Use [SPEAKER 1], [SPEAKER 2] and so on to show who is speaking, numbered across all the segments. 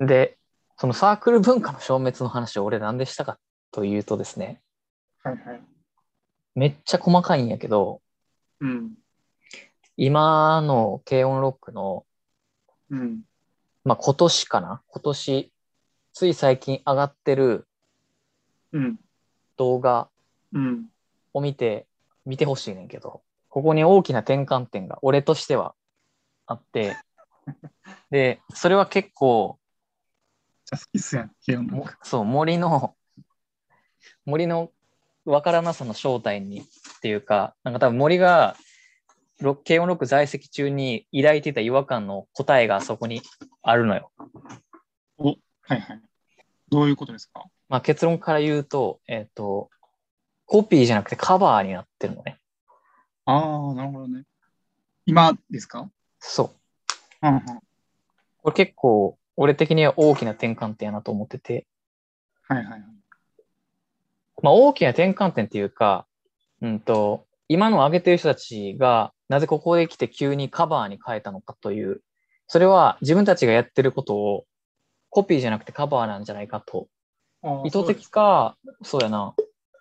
[SPEAKER 1] で、そのサークル文化の消滅の話を俺なんでしたかというとですね、
[SPEAKER 2] はいはい。
[SPEAKER 1] めっちゃ細かいんやけど、
[SPEAKER 2] うん。
[SPEAKER 1] 今の軽音ロックの、
[SPEAKER 2] うん。
[SPEAKER 1] まあ今年かな今年、つい最近上がってる
[SPEAKER 2] うん。
[SPEAKER 1] 動画
[SPEAKER 2] うん。
[SPEAKER 1] を見て、見てほしいねんけど、ここに大きな転換点が俺としてはあって、で、それは結構、
[SPEAKER 2] じゃあ好きっすやん、ゲーム
[SPEAKER 1] もそう、森の、森のわからなさの正体にっていうか、なんか多分森が、ロ軽音ロック在籍中に抱いてた違和感の答えがそこにあるのよ。
[SPEAKER 2] はいはい。どういうことですか
[SPEAKER 1] まあ、結論から言うと、えっ、と、コピーじゃなくてカバーになってるのね。
[SPEAKER 2] ああ、なるほどね。今ですか
[SPEAKER 1] そう。
[SPEAKER 2] うんうん。
[SPEAKER 1] これ結構、俺的には大きな転換点やなと思ってて、
[SPEAKER 2] はいはいはい。
[SPEAKER 1] まあ、大きな転換点っていうか、うんと、今の上げてる人たちが、なぜここへ来て急にカバーに変えたのかという、それは自分たちがやってることをコピーじゃなくてカバーなんじゃないかと。
[SPEAKER 2] あー
[SPEAKER 1] 意図的。か、そうやな。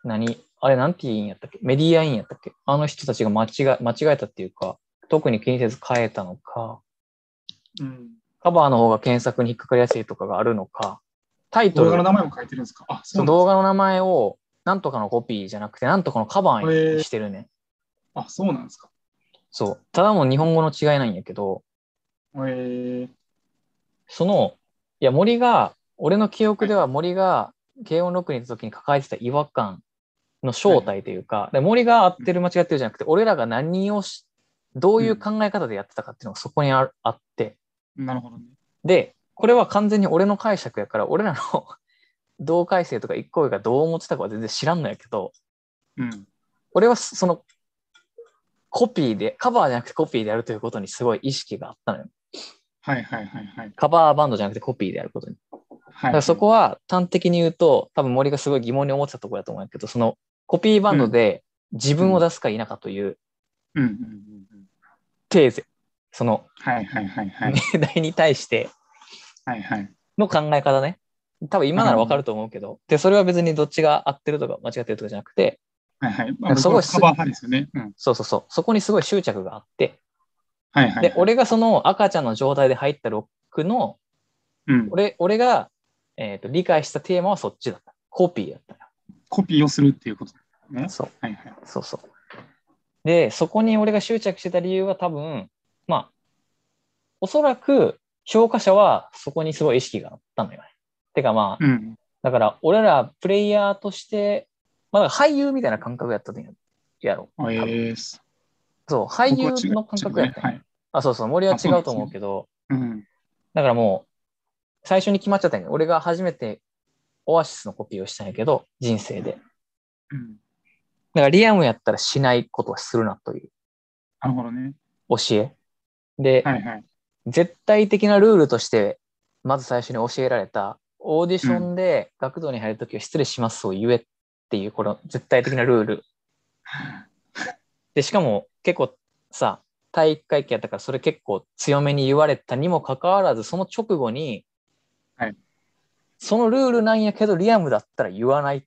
[SPEAKER 1] 何あれ、なんて言うんやったっけメディアインやったっけあの人たちが間違え間違えたっていうか、特に気にせず変えたのか、
[SPEAKER 2] そうですうん。
[SPEAKER 1] カバーの方が検索に引っかかりやすいとかがあるのか、タイトル
[SPEAKER 2] 動画の名前も書いてるんですかあ、
[SPEAKER 1] そ
[SPEAKER 2] そう
[SPEAKER 1] の
[SPEAKER 2] なん
[SPEAKER 1] 動
[SPEAKER 2] です
[SPEAKER 1] 画の名前を、なんとかのコピーじゃなくて、なんとかのカバーにしてるね。
[SPEAKER 2] か。あ、そうなんですか。
[SPEAKER 1] そう。ただの日本語の違いなんやけど、
[SPEAKER 2] えー、
[SPEAKER 1] その、いや、森が、俺の記憶では森が、軽音ロックにいた時に抱えてた違和感の正体というか、で森が合ってる間違ってるじゃなくて、俺らが何をし、どういう考え方でやってたかっていうのがそこにあるあって、
[SPEAKER 2] なるほどね。
[SPEAKER 1] で、これは完全に俺の解釈やから、俺らの 同回生とか一個上がどう思ってたかは全然知らんのやけど、
[SPEAKER 2] うん。
[SPEAKER 1] 俺はそその、コピーで、カバーじゃなくてコピーでやるということにすごい意識があったのよ。
[SPEAKER 2] はいはいはいはい。
[SPEAKER 1] カバーバンドじゃなくてコピーでやることに。
[SPEAKER 2] は
[SPEAKER 1] だか
[SPEAKER 2] い、
[SPEAKER 1] らそこは端的に言うと、多分森がすごい疑問に思ってたところだと思うんやけど、そのコピーバンドで自分を出すか否かという
[SPEAKER 2] うんうんうんうん。
[SPEAKER 1] テーゼ、その
[SPEAKER 2] はいはいはいはい。
[SPEAKER 1] 命題に対して
[SPEAKER 2] はいはい。
[SPEAKER 1] の考え方ね。多分今ならわかると思うけど、で、それは別にどっちが合ってるとか間違ってるとかじゃなくて、
[SPEAKER 2] はいは
[SPEAKER 1] い
[SPEAKER 2] い。
[SPEAKER 1] や
[SPEAKER 2] ま
[SPEAKER 1] そこは
[SPEAKER 2] 僕はカバー派ですよね。うん。
[SPEAKER 1] そうそうそう、そこにすごい執着があって、
[SPEAKER 2] はいはい。
[SPEAKER 1] で、、俺がその赤ちゃんの状態で入ったロックの、
[SPEAKER 2] うん、
[SPEAKER 1] 俺、俺が、えっと理解したテーマはそっちだった。コピーだったよ
[SPEAKER 2] コピーをするっていうこと。ね。
[SPEAKER 1] そう。
[SPEAKER 2] はいはい。
[SPEAKER 1] そうそう。で、そこに俺が執着してた理由は多分、まあ、おそらく評価者はそこにすごい意識があったのよね。てかまあ、
[SPEAKER 2] うん。
[SPEAKER 1] だから俺らプレイヤーとして、まあ、だから俳優みたいな感覚やったんややろ。
[SPEAKER 2] あえ
[SPEAKER 1] 多分
[SPEAKER 2] ー、す
[SPEAKER 1] そう、俳優の感覚やったんや、
[SPEAKER 2] はい。
[SPEAKER 1] あ、そうそう、森は違うと思うけど、
[SPEAKER 2] うん。
[SPEAKER 1] だからもう、最初に決まっちゃったんや俺が初めてオアシスのコピーをしたんやけど、人生で。
[SPEAKER 2] うん。
[SPEAKER 1] だからリアムやったらしないことはするなという
[SPEAKER 2] なるほどね。
[SPEAKER 1] 教え。で、
[SPEAKER 2] はいはい。
[SPEAKER 1] 絶対的なルールとして、まず最初に教えられた、オーディションで学童に入るときは失礼しますを言えっていう、この絶対的なルール。で、しかも結構さ、体育会系やったから、それ結構強めに言われたにもかかわらず、その直後に、
[SPEAKER 2] はい
[SPEAKER 1] そのルールなんやけど、リアムだったら言わないっ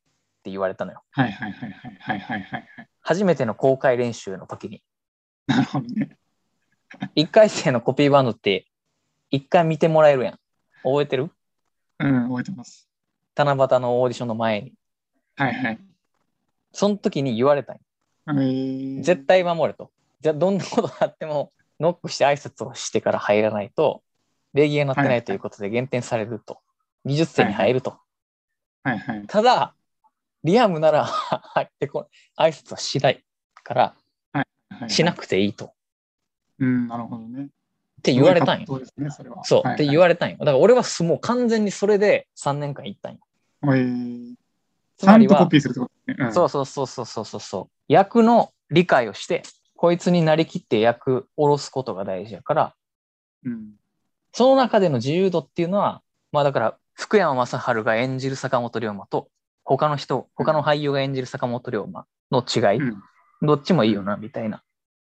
[SPEAKER 1] て言われたのよ。
[SPEAKER 2] はいはいはいはいはいはいはいはい。
[SPEAKER 1] 初めての公開練習の時に。
[SPEAKER 2] なるほどね。
[SPEAKER 1] 1回生のコピーバンドって、1回見てもらえるやん。覚えてる
[SPEAKER 2] うん、覚えてます。
[SPEAKER 1] 七夕のオーディションの前に。
[SPEAKER 2] はいはい。
[SPEAKER 1] その時に言われたんよ
[SPEAKER 2] えー、
[SPEAKER 1] 絶対守れと。じゃあどんなことがあってもノックして挨拶をしてから入らないと礼儀がなってな
[SPEAKER 2] はいい
[SPEAKER 1] ということで減点されると。20点に入ると。
[SPEAKER 2] はいはい。
[SPEAKER 1] ただ、リアムなら入ってこ挨拶はしないから
[SPEAKER 2] はい、
[SPEAKER 1] しな。くていいと。っ
[SPEAKER 2] うん、なるほどね。って
[SPEAKER 1] 言われたんよ。
[SPEAKER 2] そうですね、それは。
[SPEAKER 1] そう。って言われたんよ。だから俺はすもう完全にそれで3年間行ったんよ。
[SPEAKER 2] れえー、
[SPEAKER 1] つ
[SPEAKER 2] ちゃ
[SPEAKER 1] ま
[SPEAKER 2] ん
[SPEAKER 1] り
[SPEAKER 2] とコ
[SPEAKER 1] は、
[SPEAKER 2] ピーするってことね。うん、
[SPEAKER 1] そうそうそうそうそうそうそう。役の理解をして、こいつになりきって役下ろすことが大事やから、
[SPEAKER 2] うん。
[SPEAKER 1] その中での自由度っていうのは、まあだから、福山雅治が演じる坂本龍馬と、他の人、他の俳優が演じる坂本龍馬の違い、
[SPEAKER 2] うん。
[SPEAKER 1] どっちもいいよな、みたいな。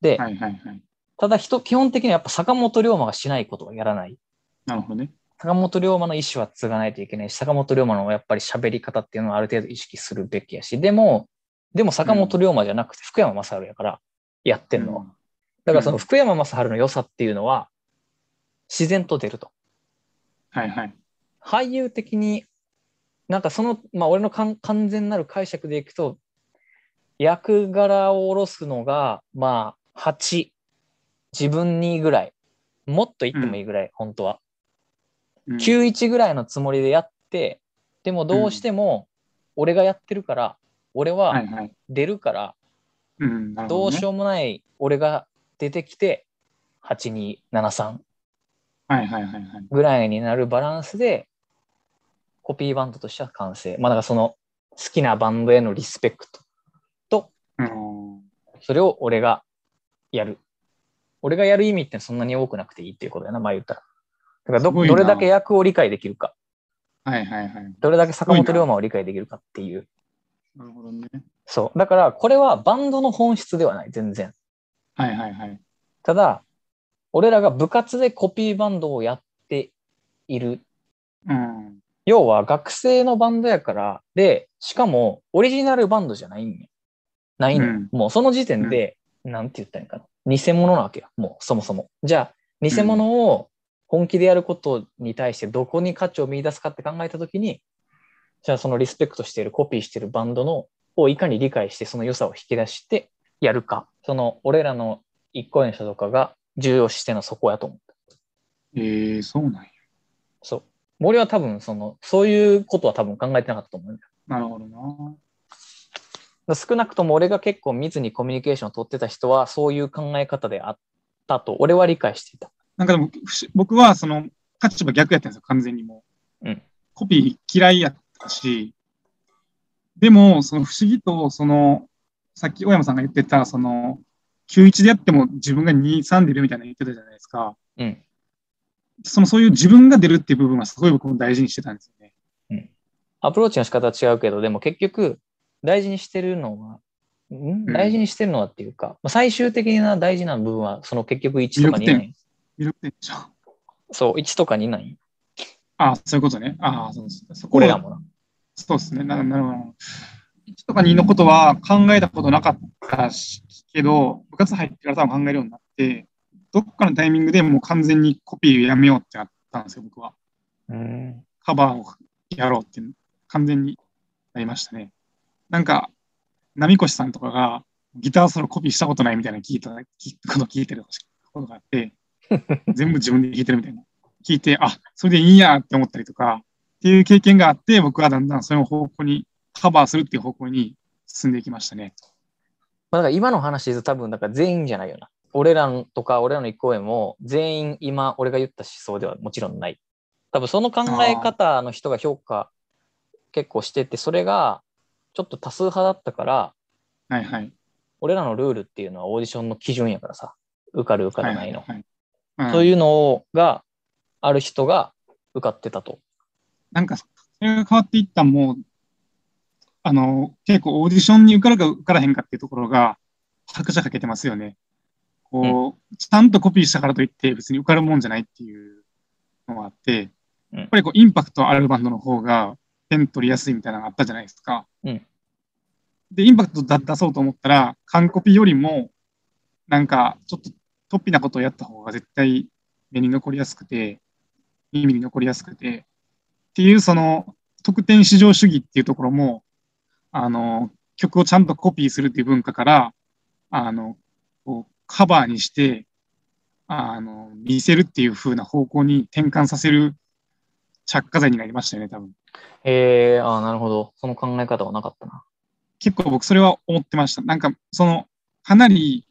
[SPEAKER 1] で、
[SPEAKER 2] はいはいはい。
[SPEAKER 1] ただ人、基本的にはやっぱ坂本龍馬がしないことはやらない。
[SPEAKER 2] なるほどね。
[SPEAKER 1] 坂本龍馬の意思は継がないといけないし、坂本龍馬のやっぱり喋り方っていうのはある程度意識するべきやし、でも、でも坂本龍馬じゃなくて福山雅治やから、やってんのは。だからその福山雅治の良さっていうのは、自然と出ると。
[SPEAKER 2] はいはい。
[SPEAKER 1] 俳優的になんかその、まあ、俺のかん完全なる解釈でいくと役柄を下ろすのがまあ8自分にぐらいもっといってもいいぐらい、本当は
[SPEAKER 2] うん
[SPEAKER 1] 91ぐらいのつもりでやってでもどうしても俺がやってるから、俺
[SPEAKER 2] は
[SPEAKER 1] はい
[SPEAKER 2] はい。
[SPEAKER 1] 出るから、
[SPEAKER 2] うん、なる
[SPEAKER 1] ど
[SPEAKER 2] ほ
[SPEAKER 1] う
[SPEAKER 2] どね
[SPEAKER 1] しようもない俺が出てきて8273
[SPEAKER 2] はいはいはいはい。
[SPEAKER 1] ぐらいになるバランスで、コピーバンドとしては完成。まあ、だからその好きなバンドへのリスペクト。
[SPEAKER 2] うん
[SPEAKER 1] それを俺がやる。俺がやる意味ってそんなに多くなくていいっていうことやな、まあ言ったら。だから
[SPEAKER 2] す
[SPEAKER 1] ど
[SPEAKER 2] ごいな
[SPEAKER 1] どれだけ役を理解できるか、
[SPEAKER 2] はいはいはい。
[SPEAKER 1] どれだけ坂
[SPEAKER 2] す
[SPEAKER 1] 本
[SPEAKER 2] ごい
[SPEAKER 1] 龍
[SPEAKER 2] な
[SPEAKER 1] 馬を理解できるかっていう。
[SPEAKER 2] なるほどね。
[SPEAKER 1] そう。だからこれはバンドの本質ではない、全然。
[SPEAKER 2] はいはいはい。
[SPEAKER 1] ただ、俺らが部活でコピーバンドをやっている
[SPEAKER 2] うん。
[SPEAKER 1] 要は学生のバンドやから、で、しかもオリジナルバンドじゃないんや。ないのよ、
[SPEAKER 2] うん
[SPEAKER 1] もうその時点で、なんて言ったらいいんかな。偽物なわけや。もうそもそも。じゃあ、偽物を本気でやることに対してどこに価値を見出すかって考えたときに、じゃあそのリスペクトしている、コピーしているバンドのをいかに理解してその良さを引き出してやるか。その俺らの一個演者とかが重要視してるのはそこやと思う。
[SPEAKER 2] ええそうなんや。
[SPEAKER 1] そう。森は多分、その、そういうことは多分考えてなかったと思う。
[SPEAKER 2] なるほどな。
[SPEAKER 1] だから少なくとも俺が結構密にコミュニケーションを取ってた人はそういう考え方であったと俺は理解していた。
[SPEAKER 2] なんかでも、不思僕はその立場逆やったんですよ、完全にもう。
[SPEAKER 1] うん
[SPEAKER 2] コピー嫌いやったし、でも、その不思議と、その、さっき大山さんが言ってた、その、91でやっても自分が2、3出るみたいなの言ってたじゃないですか。
[SPEAKER 1] うん。
[SPEAKER 2] その、そういう自分が出るっていう部分はすごい僕も大事にしてたんですよね。
[SPEAKER 1] アプローチの仕方は違うけど、でも結局大事にしてるのは、ん
[SPEAKER 2] うん
[SPEAKER 1] 大事にしてるのはっていうか、まあ最終的な大事な部分はその結局1とか2な
[SPEAKER 2] 魅
[SPEAKER 1] ん
[SPEAKER 2] 力魅力点でしょ。
[SPEAKER 1] そう、1とか2なんよ
[SPEAKER 2] ああ、そういうことね。ああ、そうです。そこ
[SPEAKER 1] 俺
[SPEAKER 2] で
[SPEAKER 1] らもな。
[SPEAKER 2] そうですね。ななるほど。1とか2のことは考えたことなかったしけど、部活入ってから多分考えるようになって、どっかのタイミングでもう完全にコピーやめようってなったんですよ、僕は。
[SPEAKER 1] うん。
[SPEAKER 2] カバーをやろうって、完全になりましたね。なんか、波越さんとかがギターソロコピーしたことないみたいな聞いた聞いこと聞いてることがあ って、全部自分で弾いてるみたいな。聞いて、あ、それでいいんやって思ったりとか、っていう経験があって、僕はだんだんその方向に、カバーするっていう方向に進んでいきましたね。
[SPEAKER 1] まあだから今の話で言うと多分だから全員じゃないよな。俺らのとか俺らの一個演も全員今俺が言った思想ではもちろんない。多分その考え方の人が評価結構しててそれがちょっと多数派だったから
[SPEAKER 2] はいはい。
[SPEAKER 1] 俺らのルールっていうのはオーディションの基準やからさ受かる受からないの。
[SPEAKER 2] はいはいはいうん
[SPEAKER 1] そういうのをがある人が受かってたと。
[SPEAKER 2] なんか、それが変わっていったんもう、あの、結構オーディションに受かるか受からへんかっていうところが、拍車かけてますよね。こう、ちゃんとコピーしたからといって、別に受かるもんじゃないっていうのがあって、
[SPEAKER 1] うん
[SPEAKER 2] やっぱりこう、インパクトあるバンドの方が、点取りやすいみたいなのがあったじゃないですか。
[SPEAKER 1] うん
[SPEAKER 2] で、インパクトだ出そうと思ったら、完コピよりも、なんか、ちょっと、突飛なことをやった方が絶対目に残りやすくて、耳に残りやすくて、っていうその得点至上主義っていうところもあの曲をちゃんとコピーするっていう文化からあのこうカバーにしてあの見せるっていう風な方向に転換させる着火剤になりましたよね多分
[SPEAKER 1] へえー、ああなるほど。その考え方はなかったな。
[SPEAKER 2] 結構僕それは思ってましたなんかそのかなり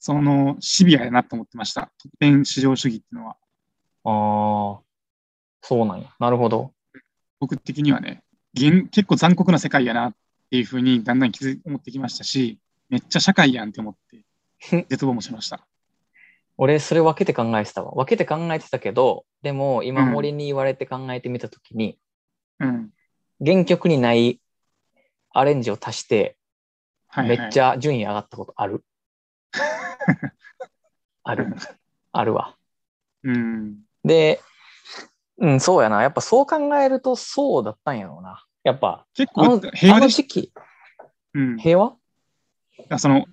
[SPEAKER 2] そのシビアやなと思ってました得点至上主義っていうのは
[SPEAKER 1] ああそうなんや。なるほど。
[SPEAKER 2] 僕的にはね現結構残酷な世界やなっていうふうにだんだん気づ思ってきましたしめっちゃ社会やんって 思って絶望もしました。
[SPEAKER 1] 俺、それ分けて考えてたわ。分けて考えてたけど、でも、今、
[SPEAKER 2] うん
[SPEAKER 1] 森に言われて考えてみたときに、
[SPEAKER 2] うん
[SPEAKER 1] 原曲にないアレンジを足して、
[SPEAKER 2] はい
[SPEAKER 1] め
[SPEAKER 2] はい、
[SPEAKER 1] っちゃ順位上がったことあ る。ある。あるわ。
[SPEAKER 2] うん
[SPEAKER 1] で、うん、そうやな。やっぱそう考えるとそうだったんやろうな。やっぱ、
[SPEAKER 2] 結
[SPEAKER 1] あの
[SPEAKER 2] 構平
[SPEAKER 1] あ
[SPEAKER 2] 和
[SPEAKER 1] の
[SPEAKER 2] でし
[SPEAKER 1] 時期、
[SPEAKER 2] うん。だか
[SPEAKER 1] 平和
[SPEAKER 2] らその、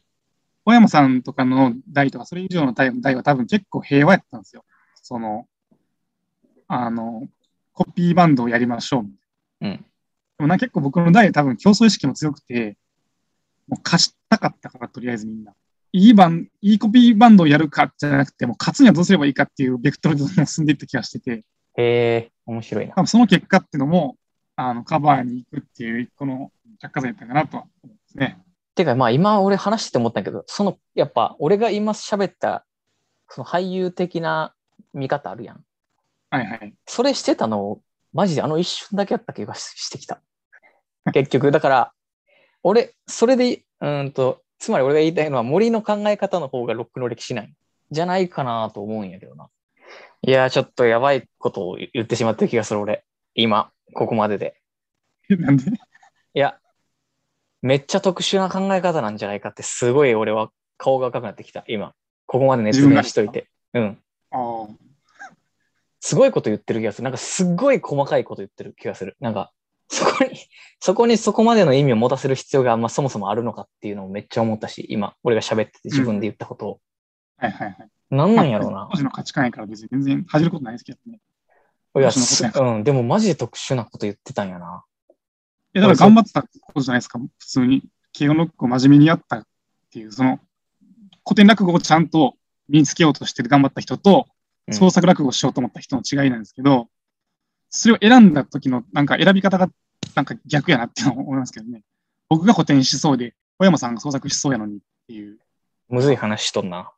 [SPEAKER 2] 小山さんとかの代とか、それ以上の代代は多分結構平和やったんですよ。その、あの、コピーバンドをやりましょう。
[SPEAKER 1] うん。
[SPEAKER 2] でもな、結構僕の代多分競争意識も強くて、もう貸したかったから、とりあえずみんな。いいバン、いいコピーバンドをやるかじゃなくて、もう勝つにはどうすればいいかっていうベクトルでどんどん進んでいった気がしてて、
[SPEAKER 1] へえ、面白いな。
[SPEAKER 2] 多分その結果っていうのも、あの、カバーに行くっていう一個の着火剤だったかなとは思うんですね。
[SPEAKER 1] てか、まあ今俺話してて思ったんやけど、その、やっぱ俺が今喋った、その俳優的な見方あるやん。
[SPEAKER 2] はいはい。
[SPEAKER 1] それしてたの、マジであの一瞬だけやった気がししてきた。結局、だから、俺、それで、うーんと、つまり俺が言いたいのは森の考え方の方がロックの歴史なんじゃないかなと思うんやけどな。いやー、ちょっとやばいことを言ってしまった気がする、俺。今、ここまでで。
[SPEAKER 2] なんで
[SPEAKER 1] いや、めっちゃ特殊な考え方なんじゃないかって、すごい俺は顔が赤くなってきた、今。ここまで熱弁しといて。うん。
[SPEAKER 2] ああ。
[SPEAKER 1] すごいこと言ってる気がする。なんかすっごい細かいこと言ってる気がする。なんか、そこに、そこにそこまでの意味を持たせる必要が、まあ、そもそもあるのかっていうのをめっちゃ思ったし、今、俺が喋ってて自分で言ったことを。
[SPEAKER 2] はいはいはい。
[SPEAKER 1] なんなんやろうな
[SPEAKER 2] 当。時の価値観やから別に全然恥じることないですけどね。
[SPEAKER 1] いや、
[SPEAKER 2] 当時
[SPEAKER 1] す
[SPEAKER 2] のこ
[SPEAKER 1] うん、でもマジで特殊なこと言ってたんやな。
[SPEAKER 2] いや、だから頑張ってたことじゃないですか。普通に、慶応ノックを真面目にやったっていう、その、古典落語をちゃんと身につけようとして頑張った人と、
[SPEAKER 1] うん
[SPEAKER 2] 創作落語をしようと思った人の違いなんですけど、それを選んだ時の、なんか選び方が、なんか逆やなっていうのを思いますけどね。僕が古典しそうで、小山さんが創作しそうやのにっていう。
[SPEAKER 1] むずい話しとんな。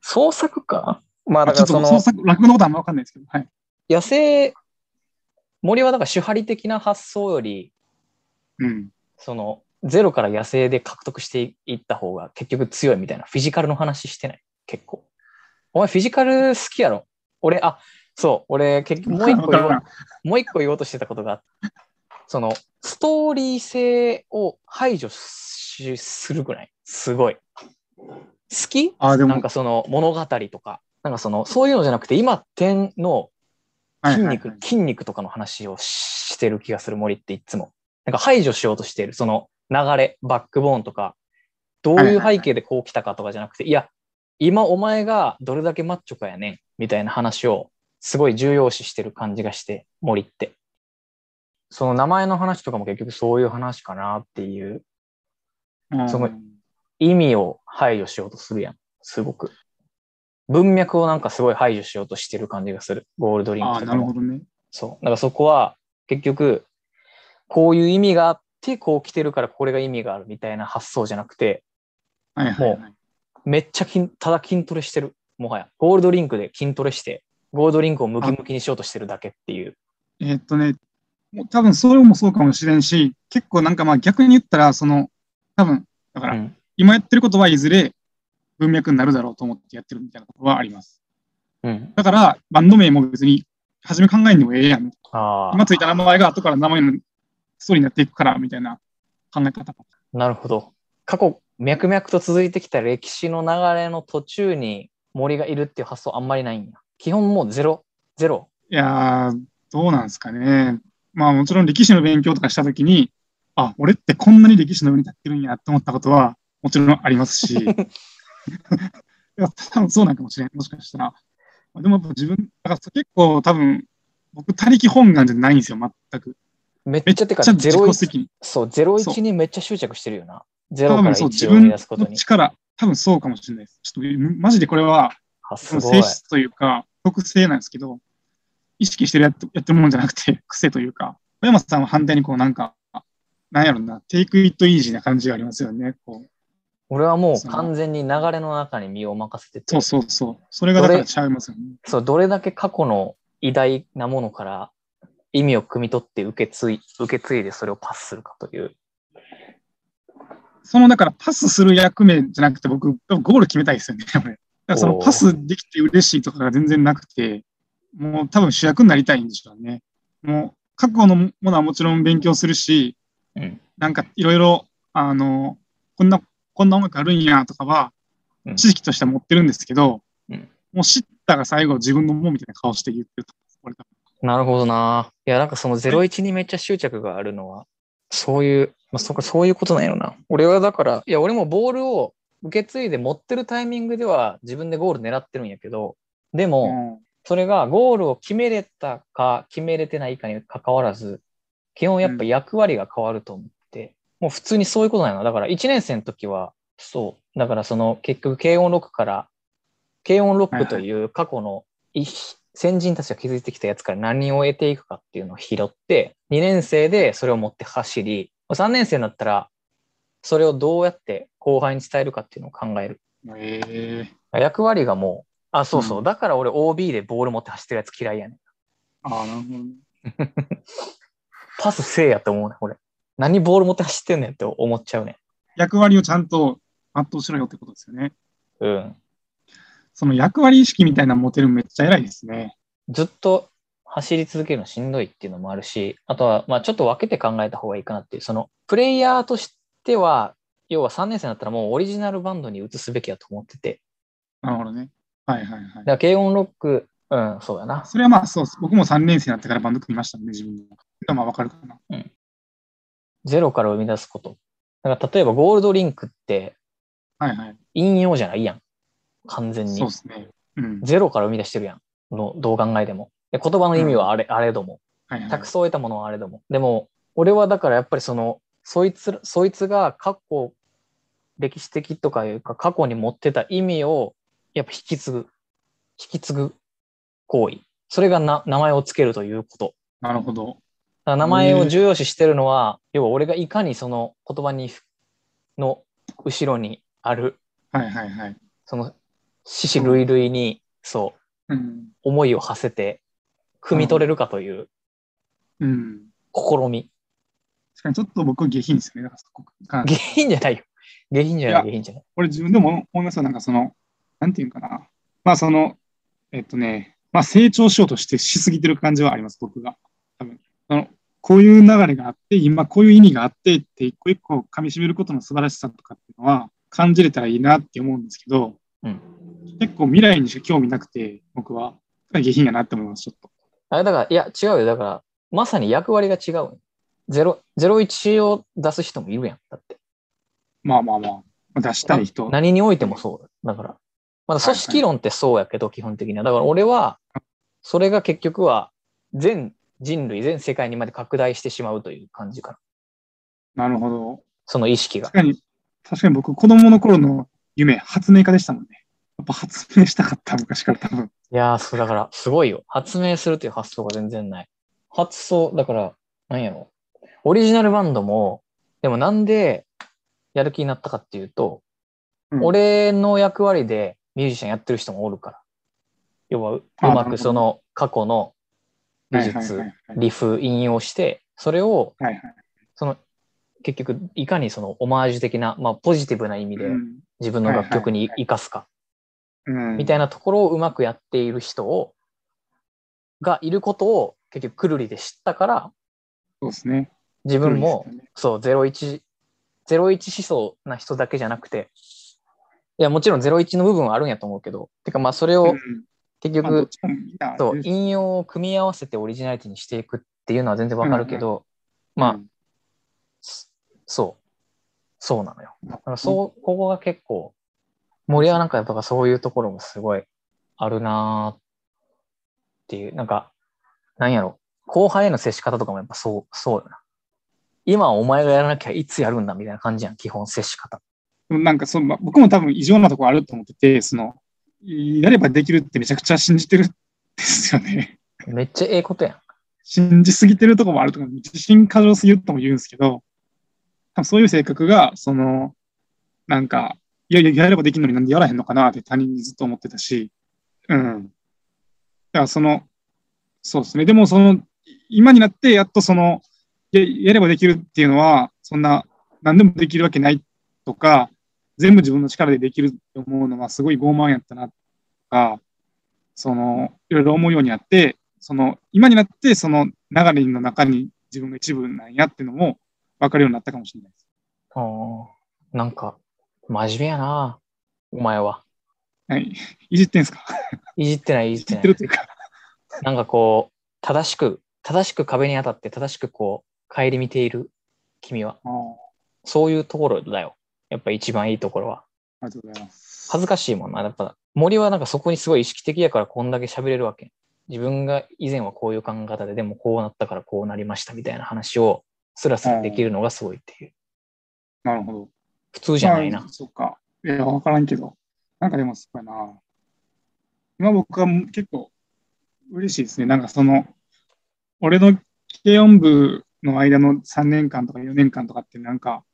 [SPEAKER 1] 創作かまあだ
[SPEAKER 2] まあ
[SPEAKER 1] か
[SPEAKER 2] ち
[SPEAKER 1] ら
[SPEAKER 2] ょっ
[SPEAKER 1] そ
[SPEAKER 2] と創
[SPEAKER 1] の、
[SPEAKER 2] 作、落語のことはあんまわかんないですけど、はい。
[SPEAKER 1] 野生、森はだから主張的な発想より、
[SPEAKER 2] うん。
[SPEAKER 1] そのゼロから野生で獲得していった方が結局強いみたいなフィジカルの話してない結構お前フィジカル好きやろ俺あそう俺結局もう一
[SPEAKER 2] わ
[SPEAKER 1] 個
[SPEAKER 2] か
[SPEAKER 1] 言
[SPEAKER 2] ら
[SPEAKER 1] お
[SPEAKER 2] ん
[SPEAKER 1] うもう一個言おうとしてたことがあってそのストーリー性を排除しするぐらいすごい好き
[SPEAKER 2] あー、でも、
[SPEAKER 1] なんかその物語とかなんかそのそういうのじゃなくて今点の
[SPEAKER 2] はい
[SPEAKER 1] 筋
[SPEAKER 2] はいはい
[SPEAKER 1] 肉、筋肉とかの話をししてる気がする森っていつも。なんか排除しようとしている、その流れ、バックボーンとか、どう
[SPEAKER 2] はい
[SPEAKER 1] い
[SPEAKER 2] は
[SPEAKER 1] う
[SPEAKER 2] いはい
[SPEAKER 1] 背景でこう来たかとかじゃなくて、いや、今お前がどれだけマッチョかやねん、みたいな話をすごい重要視してる感じがして、森って。その名前の話とかも結局そういう話かなっていう
[SPEAKER 2] うん
[SPEAKER 1] その意味を排除しようとするやん、すごく。文脈をなんかすごい排除しようとしてる感じがする、ゴールドリンク
[SPEAKER 2] ああ、
[SPEAKER 1] と
[SPEAKER 2] な
[SPEAKER 1] か
[SPEAKER 2] る
[SPEAKER 1] も
[SPEAKER 2] ほ。どね。
[SPEAKER 1] そう。だからそこは結局、こういう意味があって、こう来てるからこれが意味があるみたいな発想じゃなくて、
[SPEAKER 2] はいはい、
[SPEAKER 1] も
[SPEAKER 2] はい。
[SPEAKER 1] めっちゃ筋ただ筋トレしてる。もはや。ゴールドリンクで筋トレして、ゴールドリンクをムキムキにしようとしてるだけっていう。
[SPEAKER 2] えーっとね、もう多分それもそうかもしれんし、結構なんかまあ逆に言ったら、その、多分、だか
[SPEAKER 1] う
[SPEAKER 2] ら
[SPEAKER 1] ん。
[SPEAKER 2] 今やってることはいずれ文脈になるだろうと思ってやってるみたいなところはあります。
[SPEAKER 1] うん。
[SPEAKER 2] だからバンド名も別に初め考えんでもええやん。
[SPEAKER 1] あ
[SPEAKER 2] 今ついた名前が後から名前のストーリーになっていくからみたいな考え方。
[SPEAKER 1] あ、なるほど。過去、脈々と続いてきた歴史の流れの途中に森がいるっていう発想あんまりないんや。基本もうゼロ、ゼロ。
[SPEAKER 2] いやー、どうなんですかね。まあもちろん歴史の勉強とかしたときに、あ、俺ってこんなに歴史の上に立ってるんやと思ったことはもちろんありま すし、いや多分そうなんかもしれん、もしかしたら。まあでもやっぱ自分、だから結構多分、僕、他力本願じゃないんですよ、全く。
[SPEAKER 1] めっ
[SPEAKER 2] めっ
[SPEAKER 1] ちゃてか、
[SPEAKER 2] ちゃ
[SPEAKER 1] ゼ
[SPEAKER 2] 自
[SPEAKER 1] ロ
[SPEAKER 2] 己
[SPEAKER 1] 一
[SPEAKER 2] 責任。
[SPEAKER 1] そう、ゼロ
[SPEAKER 2] そう
[SPEAKER 1] 一にめっちゃ執着してるよな。ゼロ
[SPEAKER 2] 多
[SPEAKER 1] から
[SPEAKER 2] 分そう、
[SPEAKER 1] 一
[SPEAKER 2] 自
[SPEAKER 1] を生み
[SPEAKER 2] 分
[SPEAKER 1] 出すこと
[SPEAKER 2] の
[SPEAKER 1] に。
[SPEAKER 2] 力、多分そうかもしれないです。ちょっとむマジでこれは
[SPEAKER 1] あ、すごい
[SPEAKER 2] 性。質というか、特性なんですけど、意識してるやっやってるもんじゃなくて、 癖というか、小山さんは反対にこうなんか、なんやろな、テイクイットイージーな感じがありますよね。こう
[SPEAKER 1] 俺はもう
[SPEAKER 2] その
[SPEAKER 1] 完全に流れの中に身を任せてて、
[SPEAKER 2] そうそうそう。それがだからちゃいますよね。
[SPEAKER 1] そうどれだけ過去の偉大なものから意味を汲み取って受け継い受け継いでそれをパスするかという。
[SPEAKER 2] そのだからパスする役目じゃなくて、僕、ゴール決めたいですよね、 俺。だからその
[SPEAKER 1] おー
[SPEAKER 2] パスできて嬉しいとかが全然なくて、もう多分主役になりたいんでしょうね。もう過去のものはもちろん勉強するし、
[SPEAKER 1] うん
[SPEAKER 2] なんかいろいろ、あの、こんな、こんな音楽あるんやとかは
[SPEAKER 1] うん、
[SPEAKER 2] 知識としては持ってるんですけど、
[SPEAKER 1] うん
[SPEAKER 2] もう知ったが最後自分のもんみたいな顔して言ってると思う。これ多分
[SPEAKER 1] なるほどな。いや、なんかその01にめっちゃ執着があるのは、そういう、まあ、そうか、そういうことなんやろな。俺はだから、いや、俺もボールを受け継いで持ってるタイミングでは自分でゴール狙ってるんやけど、でも、それがゴールを決めれたか決めれてないかに関わらず、基本やっぱ役割が変わると思って、もう普通にそういうことなの。だから1年生の時は、そう。だからその結局、軽音ロックから、軽音ロックという過去のい先人たちが築いてきたやつから何を得ていくかっていうのを拾って、2年生でそれを持って走り、3年生になったら、それをどうやって後輩に伝えるかっていうのを考える。
[SPEAKER 2] うん。ええ
[SPEAKER 1] 役割がもう、あ、そうそう。
[SPEAKER 2] うん
[SPEAKER 1] だから俺 OB でボール持って走ってるやつ嫌いやねん。
[SPEAKER 2] ああ、なるほどね。
[SPEAKER 1] パスせえやと思うね、俺。何ボール持って走ってんねんって思っちゃうね
[SPEAKER 2] 役割をちゃんと全うしろよってことですよね。
[SPEAKER 1] ん。うん。
[SPEAKER 2] その役割意識みたいなの持てるのめっちゃ偉いですね。
[SPEAKER 1] ずっと走り続けるのしんどいっていうのもあるし、あとは、まあちょっと分けて考えた方がいいかなっていう、その、プレイヤーとしては、要は3年生だったらもうオリジナルバンドに移すべきやと思ってて。
[SPEAKER 2] なるほどね。はいはいはい
[SPEAKER 1] だ。から、軽音ロック、うん、そうだな。
[SPEAKER 2] それはまあそうです。僕も3年生になってからバンド組みましたんで、自分でも。まあまあわかるかな。
[SPEAKER 1] ゼロから生み出すこと。だから、例えばゴールドリンクって、
[SPEAKER 2] はいはい。
[SPEAKER 1] 引用じゃないやん。完全に。
[SPEAKER 2] そうですね。うん。
[SPEAKER 1] ゼロから生み出してるやん。の、どう考えても。で言葉の意味はあれ、あれども。
[SPEAKER 2] はいはい
[SPEAKER 1] 託されたものはあれども。でも、俺はだからやっぱりその、そいつら、そいつが過去、歴史的とかいうか、過去に持ってた意味を、やっぱ引き継ぐ。引き継ぐ行為。それがな、名前をつけるということ。
[SPEAKER 2] なるほど。
[SPEAKER 1] だから名前を重要視してるのは、要は俺がいかにその言葉に、の後ろにある、
[SPEAKER 2] はいはいはい。
[SPEAKER 1] その、死死類々に、そう、
[SPEAKER 2] うん。
[SPEAKER 1] 思いを馳せて、汲み取れるかという
[SPEAKER 2] うん。
[SPEAKER 1] 試み。
[SPEAKER 2] 確かにちょっと僕下品ですよね。だからそこから
[SPEAKER 1] 下品じゃないよ。下品じゃない
[SPEAKER 2] いや、
[SPEAKER 1] 下品じゃない。
[SPEAKER 2] これ自分でも思いますよ。なんかその、なんていうんかな。まあその、えっとね、まあ成長しようとしてしすぎてる感じはあります、僕が。多分そのこういう流れがあって、今こういう意味があってって、一個一個噛み締めることの素晴らしさとかっていうのは感じれたらいいなって思うんですけど、
[SPEAKER 1] うん
[SPEAKER 2] 結構未来にしか興味なくて、僕は。下品やなって思います、ちょっと。
[SPEAKER 1] あれだから、いや、違うよ。だから、まさに役割が違う。ゼロ、ゼロ一を出す人もいるやん。だって。
[SPEAKER 2] まあまあまあまあ、出したい人。はい
[SPEAKER 1] 何においてもそう。だから、まだ組織論ってそうやけど、基本的には。だから俺は、それが結局は、全人類、全世界にまで拡大してしまうという感じかな。
[SPEAKER 2] なるほど。
[SPEAKER 1] その意識が
[SPEAKER 2] 確。かに、確かに僕、子供の頃の夢、発明家でしたもんね。やっぱ発明したかった、昔から多分。
[SPEAKER 1] いやー、そうだから、すごいよ。発明するという発想が全然ない。発想、だから、なんやろ。オリジナルバンドも、でもなんでやる気になったかっていうと、
[SPEAKER 2] うん
[SPEAKER 1] 俺の役割でミュージシャンやってる人もおるから。要は、う
[SPEAKER 2] あ
[SPEAKER 1] う
[SPEAKER 2] な
[SPEAKER 1] ま
[SPEAKER 2] るほ
[SPEAKER 1] く
[SPEAKER 2] ど
[SPEAKER 1] その過去の
[SPEAKER 2] は
[SPEAKER 1] 技
[SPEAKER 2] いはいはい
[SPEAKER 1] 術
[SPEAKER 2] は、い。
[SPEAKER 1] リフ引用して、それを
[SPEAKER 2] はいはい
[SPEAKER 1] その結局いかにそのオマージュ的な、まあ、ポジティブな意味で
[SPEAKER 2] うん
[SPEAKER 1] 自分の楽曲に生かすか
[SPEAKER 2] うん
[SPEAKER 1] みたいなところをうまくやっている人をがいることを結局くるりで知ったから
[SPEAKER 2] そうですね。
[SPEAKER 1] 自分
[SPEAKER 2] そ
[SPEAKER 1] も
[SPEAKER 2] うですね
[SPEAKER 1] そう0101思想な人だけじゃなくていやもちろん01の部分はあるんやと思うけどてかまあそれ
[SPEAKER 2] う
[SPEAKER 1] を
[SPEAKER 2] ん
[SPEAKER 1] 結
[SPEAKER 2] まあど
[SPEAKER 1] 局
[SPEAKER 2] っちもみんな
[SPEAKER 1] そ
[SPEAKER 2] あ
[SPEAKER 1] う
[SPEAKER 2] れです
[SPEAKER 1] 引用を組み合わせてオリジナリティにしていくっていうのは全然わかるけどまあ
[SPEAKER 2] うん
[SPEAKER 1] そう。そうなのよ。だからそう、ここが結構、森はなんかやっぱそういうところもすごいあるなーっていう、なんか、なんやろ、後輩への接し方とかもやっぱそう、そうよな。今お前がやらなきゃいつやるんだみたいな感じやん、基本接し方。
[SPEAKER 2] でもなんかその、まあ僕も多分異常なところあると思ってて、その、やればできるってめちゃくちゃ信じてるんですよね。
[SPEAKER 1] めっちゃええことやん。
[SPEAKER 2] 信じすぎてるとこもあるとか、自信過剰すぎるとも言うんですけど、多分そういう性格が、その、なんか、いやいや、やればできるのになんでやらへんのかなって他人にずっと思ってたし、うん。だからその、そうですね。でもその、今になってやっとその、ややればできるっていうのは、そんな、何でもできるわけないとか、全部自分の力でできるって思うのはすごい傲慢やったなとか、その、いろいろ思うようになって、その、今になってその流れの中に自分が一部なんやっていうのも分かるようになったかもしれないです。
[SPEAKER 1] うんなんか、真面目やなお前は。
[SPEAKER 2] はい。いじってんすか
[SPEAKER 1] いじってない、い
[SPEAKER 2] い
[SPEAKER 1] じって
[SPEAKER 2] じ っ
[SPEAKER 1] な
[SPEAKER 2] てる
[SPEAKER 1] い
[SPEAKER 2] と。いうか、
[SPEAKER 1] なんかこう、正しく、正しく壁に当たって、正しくこう、帰り見ている君は。
[SPEAKER 2] あー
[SPEAKER 1] そういうところだよ。やっぱ一番いいところは。
[SPEAKER 2] ありがとうございます。
[SPEAKER 1] 恥ずかしいもんな。やっぱ、森はなんかそこにすごい意識的やからこんだけ喋れるわけ。自分が以前はこういう考え方で、でもこうなったからこうなりましたみたいな話をスラスラできるのがすごいっていう。
[SPEAKER 2] なるほど。
[SPEAKER 1] 普通じゃないな
[SPEAKER 2] まあ。そっか。いや、わからんけど。なんかでも、そうやな。今僕は結構嬉しいですね。なんかその、俺の軽音部の間の3年間とか4年間とかってなんか、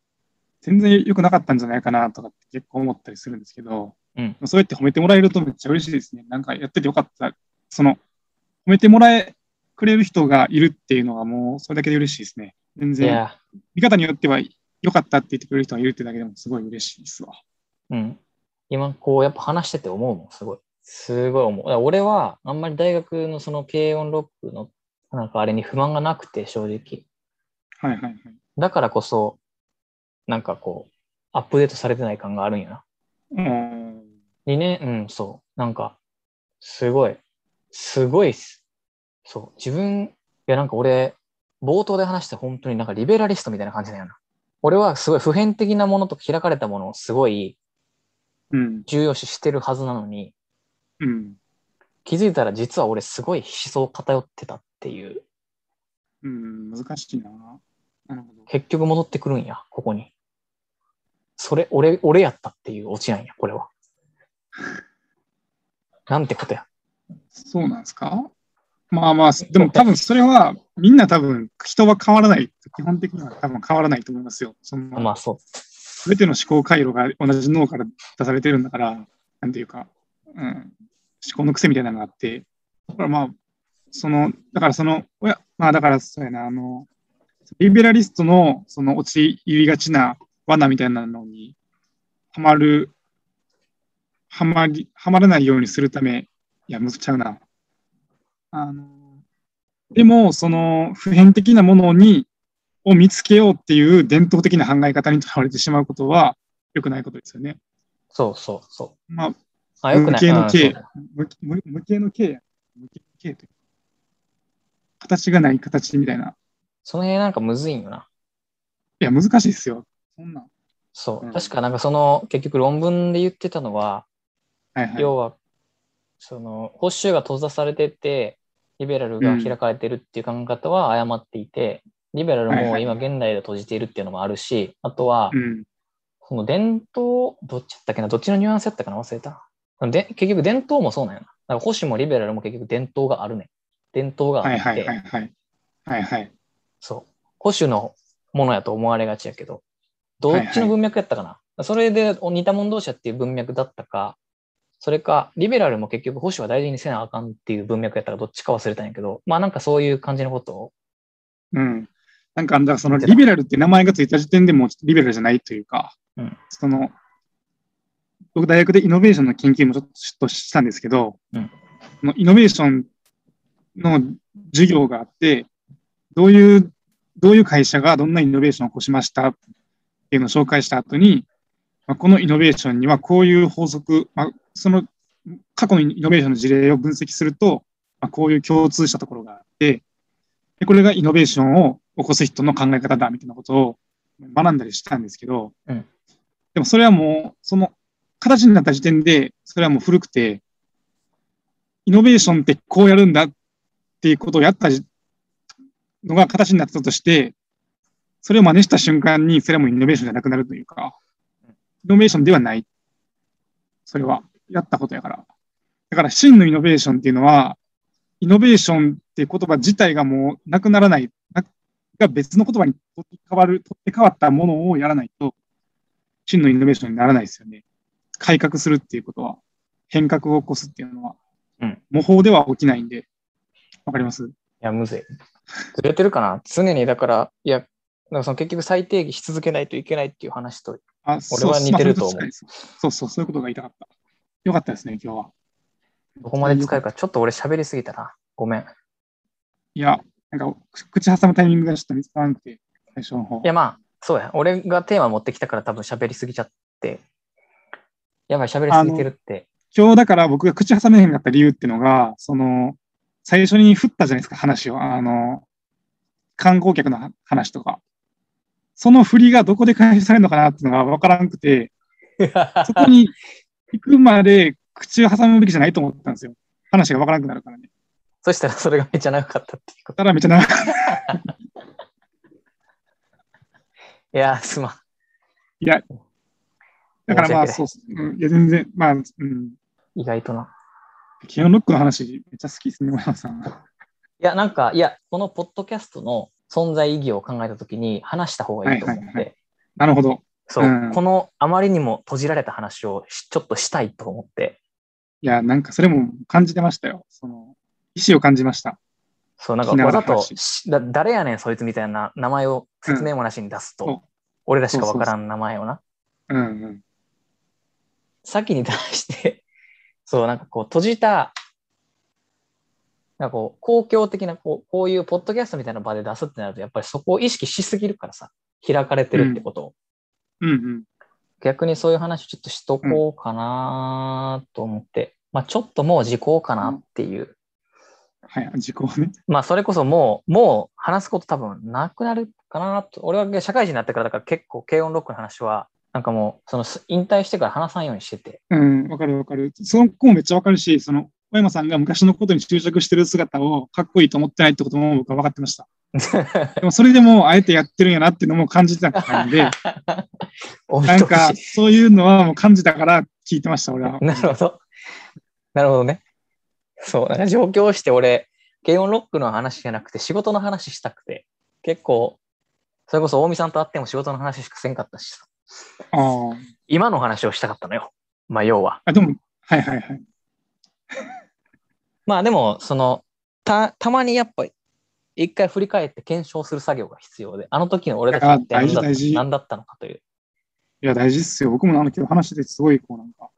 [SPEAKER 2] 全然良くなかったんじゃないかなとかって結構思ったりするんですけど、
[SPEAKER 1] うん
[SPEAKER 2] そうやって褒めてもらえるとめっちゃ嬉しいですね。なんかやっててよかった。その、褒めてもらえ、くれる人がいるっていうのはもうそれだけで嬉しいですね。全
[SPEAKER 1] い
[SPEAKER 2] 然。
[SPEAKER 1] や、
[SPEAKER 2] 見方によっては良かったって言ってくれる人がいるってだけでもすごい嬉しいですわ。
[SPEAKER 1] うん。今こうやっぱ話してて思うもん、すごい。すごい思う。だから俺はあんまり大学のその軽音ロックのなんかあれに不満がなくて正直。
[SPEAKER 2] はいはいはい。
[SPEAKER 1] だからこそ、なんかこう、アップデートされてない感があるんやな。
[SPEAKER 2] うーん。
[SPEAKER 1] 2年、うん、そう。なんか、すごい、すごいっす。そう。自分、いや、なんか俺、冒頭で話した本当になんかリベラリストみたいな感じだよな。俺はすごい普遍的なものとか開かれたものをすごい
[SPEAKER 2] うん。
[SPEAKER 1] 重要視してるはずなのに、
[SPEAKER 2] うん。
[SPEAKER 1] 気づいたら実は俺すごい思想偏ってたっていう、
[SPEAKER 2] うん。難しいな。なるほど。
[SPEAKER 1] 結局戻ってくるんや、ここに。それ、俺、俺やったっていうオチなんや、これ は。なんてことや。
[SPEAKER 2] そうなんですかまあまあ、でも多分それはみんな多分人は変わらない。基本的には多分変わらないと思いますよ。そん
[SPEAKER 1] ま
[SPEAKER 2] な
[SPEAKER 1] あそう。
[SPEAKER 2] 全ての思考回路が同じ脳から出されてるんだから、なんていうか、うん、思考の癖みたいなのがあって、だからまあ、その、だからその、おやまあだからそうやな、あの、リベラリストのその陥りがちな罠みたいなのに、はまる、はまり、はまらないようにするため、いや、むずちゃうな。あの、でも、その、普遍的なものに、を見つけようっていう伝統的な考え方にとらわれてしまうことは、良くないことですよね。
[SPEAKER 1] そうそうそう。
[SPEAKER 2] まあ、
[SPEAKER 1] あ、よく
[SPEAKER 2] 無
[SPEAKER 1] ない。
[SPEAKER 2] 形の
[SPEAKER 1] うんそう
[SPEAKER 2] K
[SPEAKER 1] だ、
[SPEAKER 2] 無無無形の K や。無形の K という。形がない形みたいな。
[SPEAKER 1] その辺なんかむずいんよな。
[SPEAKER 2] いや、難しいですよ。そんなん。
[SPEAKER 1] そう。
[SPEAKER 2] うん
[SPEAKER 1] 確かなんかその、結局論文で言ってたのは、
[SPEAKER 2] はいはい。
[SPEAKER 1] 要は、その、報酬が閉ざされてて、リベラルが開かれてるっていう考え方は誤っていて、リベラルも今現代で閉じているっていうのもあるし、あとは
[SPEAKER 2] う、ん。
[SPEAKER 1] その伝統、どっちやったっけな、どっちのニュアンスやったかな、忘れた。で結局伝統もそうなんやな。だから保守もリベラルも結局伝統があるねん。伝統があっ
[SPEAKER 2] は
[SPEAKER 1] て、
[SPEAKER 2] いはいはいはい。はいはい。
[SPEAKER 1] そう。保守のものやと思われがちやけど、どっちの文脈やったかな、それでお似た者同士やっていう文脈だったか、それか、リベラルも結局保守は大事にせなあかんっていう文脈やったかどっちか忘れたんやけど、まあなんかそういう感じのことを、
[SPEAKER 2] うん。なんか、だからそのリベラルって名前がついた時点でもうリベラルじゃないというか、
[SPEAKER 1] うん
[SPEAKER 2] その、僕大学でイノベーションの研究もちょっとしたんですけど、
[SPEAKER 1] うん
[SPEAKER 2] そのイノベーションの授業があって、どういう、どういう会社がどんなイノベーションを起こしましたっていうのを紹介した後に、まあ、このイノベーションにはこういう法則、まあ、その過去のイノベーションの事例を分析すると、まあ、こういう共通したところがあって、で、これがイノベーションを起こす人の考え方だみたいなことを学んだりしたんですけど、
[SPEAKER 1] うん
[SPEAKER 2] でもそれはもう、その形になった時点で、それはもう古くて、イノベーションってこうやるんだっていうことをやったじのが形になったとして、それを真似した瞬間に、それはもうイノベーションじゃなくなるというか、イノベーションではない。それは、やったことやから。だから真のイノベーションっていうのは、イノベーションっていう言葉自体がもうなくならない、なが別の言葉に取って変わる、取って変わったものをやらないと、真のイノベーションにならないですよね。改革するっていうことは、変革を起こすっていうのは、
[SPEAKER 1] うん
[SPEAKER 2] 模倣では起きないんで、わかります
[SPEAKER 1] いや、むずい。ずれてるかな常にだから、いや、だからその結局再定義し続けないといけないっていう話と、
[SPEAKER 2] あ、そう
[SPEAKER 1] 俺は似てると思う
[SPEAKER 2] まあそれ近いですそうそう、そういうことが言いたかった。よかったですね、今日は。
[SPEAKER 1] どこまで使えるか、ちょっと俺喋りすぎたな。ごめん。い
[SPEAKER 2] いや、なんか、口挟むタイミングがちょっと見つからなくて、最初の方。
[SPEAKER 1] や、まあ、そうや。俺がテーマ持ってきたから多分喋りすぎちゃって、やばい、喋りすぎてるって
[SPEAKER 2] 今日だから僕が口挟めへんかった理由っていうのが、その、最初に振ったじゃないですか、話を。あの、観光客の話とか。その振りがどこで回収されるのかなっていうのが分からんくて、そこに行くまで口を挟むべきじゃないと思ったんですよ。話が分からなくなるからね。
[SPEAKER 1] そしたらそれがめっちゃ長かったっていうこと。
[SPEAKER 2] ただめっちゃ長い。
[SPEAKER 1] いやー、すまん。
[SPEAKER 2] いや、だからまあ、
[SPEAKER 1] 申し
[SPEAKER 2] そうっす、うん。いや、全然、まあ、うん。
[SPEAKER 1] 意外とな。
[SPEAKER 2] ケオンロックの話、めっちゃ好きですね、小山さん。
[SPEAKER 1] いや、なんか、いや、このポッドキャストの存在意義を考えたときに話した方がいいと思って、
[SPEAKER 2] はいはいはなるほど。
[SPEAKER 1] そう、
[SPEAKER 2] うん
[SPEAKER 1] このあまりにも閉じられた話をしちょっとしたいと思って、
[SPEAKER 2] いや、なんかそれも感じてましたよ。その、意思を感じました。
[SPEAKER 1] そう、なんか
[SPEAKER 2] 聞きな
[SPEAKER 1] わ
[SPEAKER 2] がら
[SPEAKER 1] ざと
[SPEAKER 2] 話
[SPEAKER 1] しだ、誰やねん、そいつみたいな名前を説明もなしに出すと、
[SPEAKER 2] うんそう
[SPEAKER 1] 俺らしかわからん名前をな、
[SPEAKER 2] うんうん。
[SPEAKER 1] 先に対して、そう、なんかこう、閉じた、なんかこう、公共的なこう、こういうポッドキャストみたいな場で出すってなると、やっぱりそこを意識しすぎるからさ、開かれてるってことを。
[SPEAKER 2] うんうん。
[SPEAKER 1] 逆にそういう話ちょっとしとこうかなと思って、まあちょっともう時効かなっていう、
[SPEAKER 2] はい、時効ね。
[SPEAKER 1] まあそれこそもう、もう話すこと多分なくなるかなと、俺は社会人になってからだから結構軽音ロックの話は、なんかもう、その引退してから話さんようにしてて、
[SPEAKER 2] うん、わかるわかる。その子もめっちゃわかるし、その、小山さんが昔のことに執着してる姿をかっこいいと思ってないってことも僕は分かって ました。でもそれでもあえてやってるんやなっていうのも感じて たんで、
[SPEAKER 1] お見
[SPEAKER 2] なん
[SPEAKER 1] 通
[SPEAKER 2] か
[SPEAKER 1] し。
[SPEAKER 2] そういうのはもう感じたから聞いてました、俺は。
[SPEAKER 1] なるほど。なるほどね。そう、なんか上京して俺、軽音ロックの話じゃなくて仕事の話したくて、結構、それこそ大見さんと会っても仕事の話しかせんかったしさ。
[SPEAKER 2] あー
[SPEAKER 1] 今の話をしたかったのよ。まあ、要は。
[SPEAKER 2] あ。でも、はいはいはい。
[SPEAKER 1] まあ、でも、その、た、たまにやっぱ、一回振り返って検証する作業が必要で、あの時の俺たちって
[SPEAKER 2] あ大
[SPEAKER 1] 何
[SPEAKER 2] 事
[SPEAKER 1] だった
[SPEAKER 2] 大事
[SPEAKER 1] 何だったのかという。
[SPEAKER 2] いや、大事っすよ。僕もあの今日話しててすごい、こうなんか、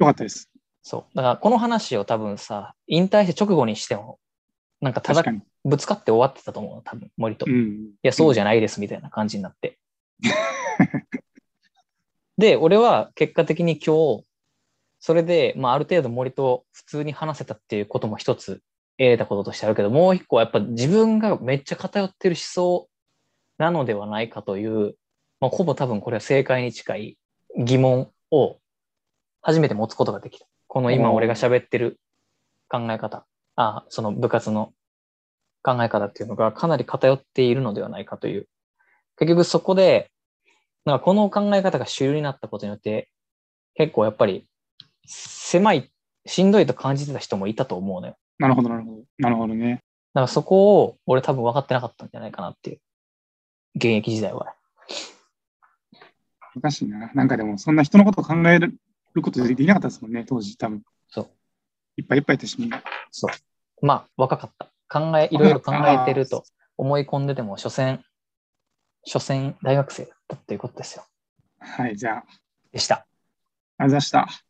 [SPEAKER 2] よかったです。
[SPEAKER 1] そう。だから、この話を多分さ、引退して直後にしても、なんかただ
[SPEAKER 2] 確か、に。
[SPEAKER 1] ぶつかって終わってたと思うの、多分、森と。
[SPEAKER 2] う
[SPEAKER 1] い
[SPEAKER 2] ん。
[SPEAKER 1] や、そうじゃないです、みたいな感じになって。で、俺は結果的に今日、それで、まあ、ある程度森と普通に話せたっていうことも一つ得れたこととしてあるけど、もう一個はやっぱ自分がめっちゃ偏ってる思想なのではないかという、まあ、ほぼ多分これは正解に近い疑問を初めて持つことができた。この今
[SPEAKER 2] おー
[SPEAKER 1] 俺が喋ってる考え方、あ、その部活の考え方っていうのがかなり偏っているのではないかという。結局そこで、なんかこの考え方が主流になったことによって、結構やっぱり狭い、しんどいと感じてた人もいたと思うのよ。
[SPEAKER 2] なるほど、なるほど。なるほどね。
[SPEAKER 1] だからそこを俺多分分かってなかったんじゃないかなっていう。現役時代は。
[SPEAKER 2] おかしいな。なんかでも、そんな人のこと考えることできなかったですもんね、当時、多分。
[SPEAKER 1] そう。
[SPEAKER 2] いっぱいいっぱいやったし、みんな。
[SPEAKER 1] そう。まあ、若かった。考え、いろいろ考えてると思い込んでても、所詮、所詮大学生だったっていうことですよ。
[SPEAKER 2] はい、じゃあ、
[SPEAKER 1] でした。
[SPEAKER 2] ありがとうございました。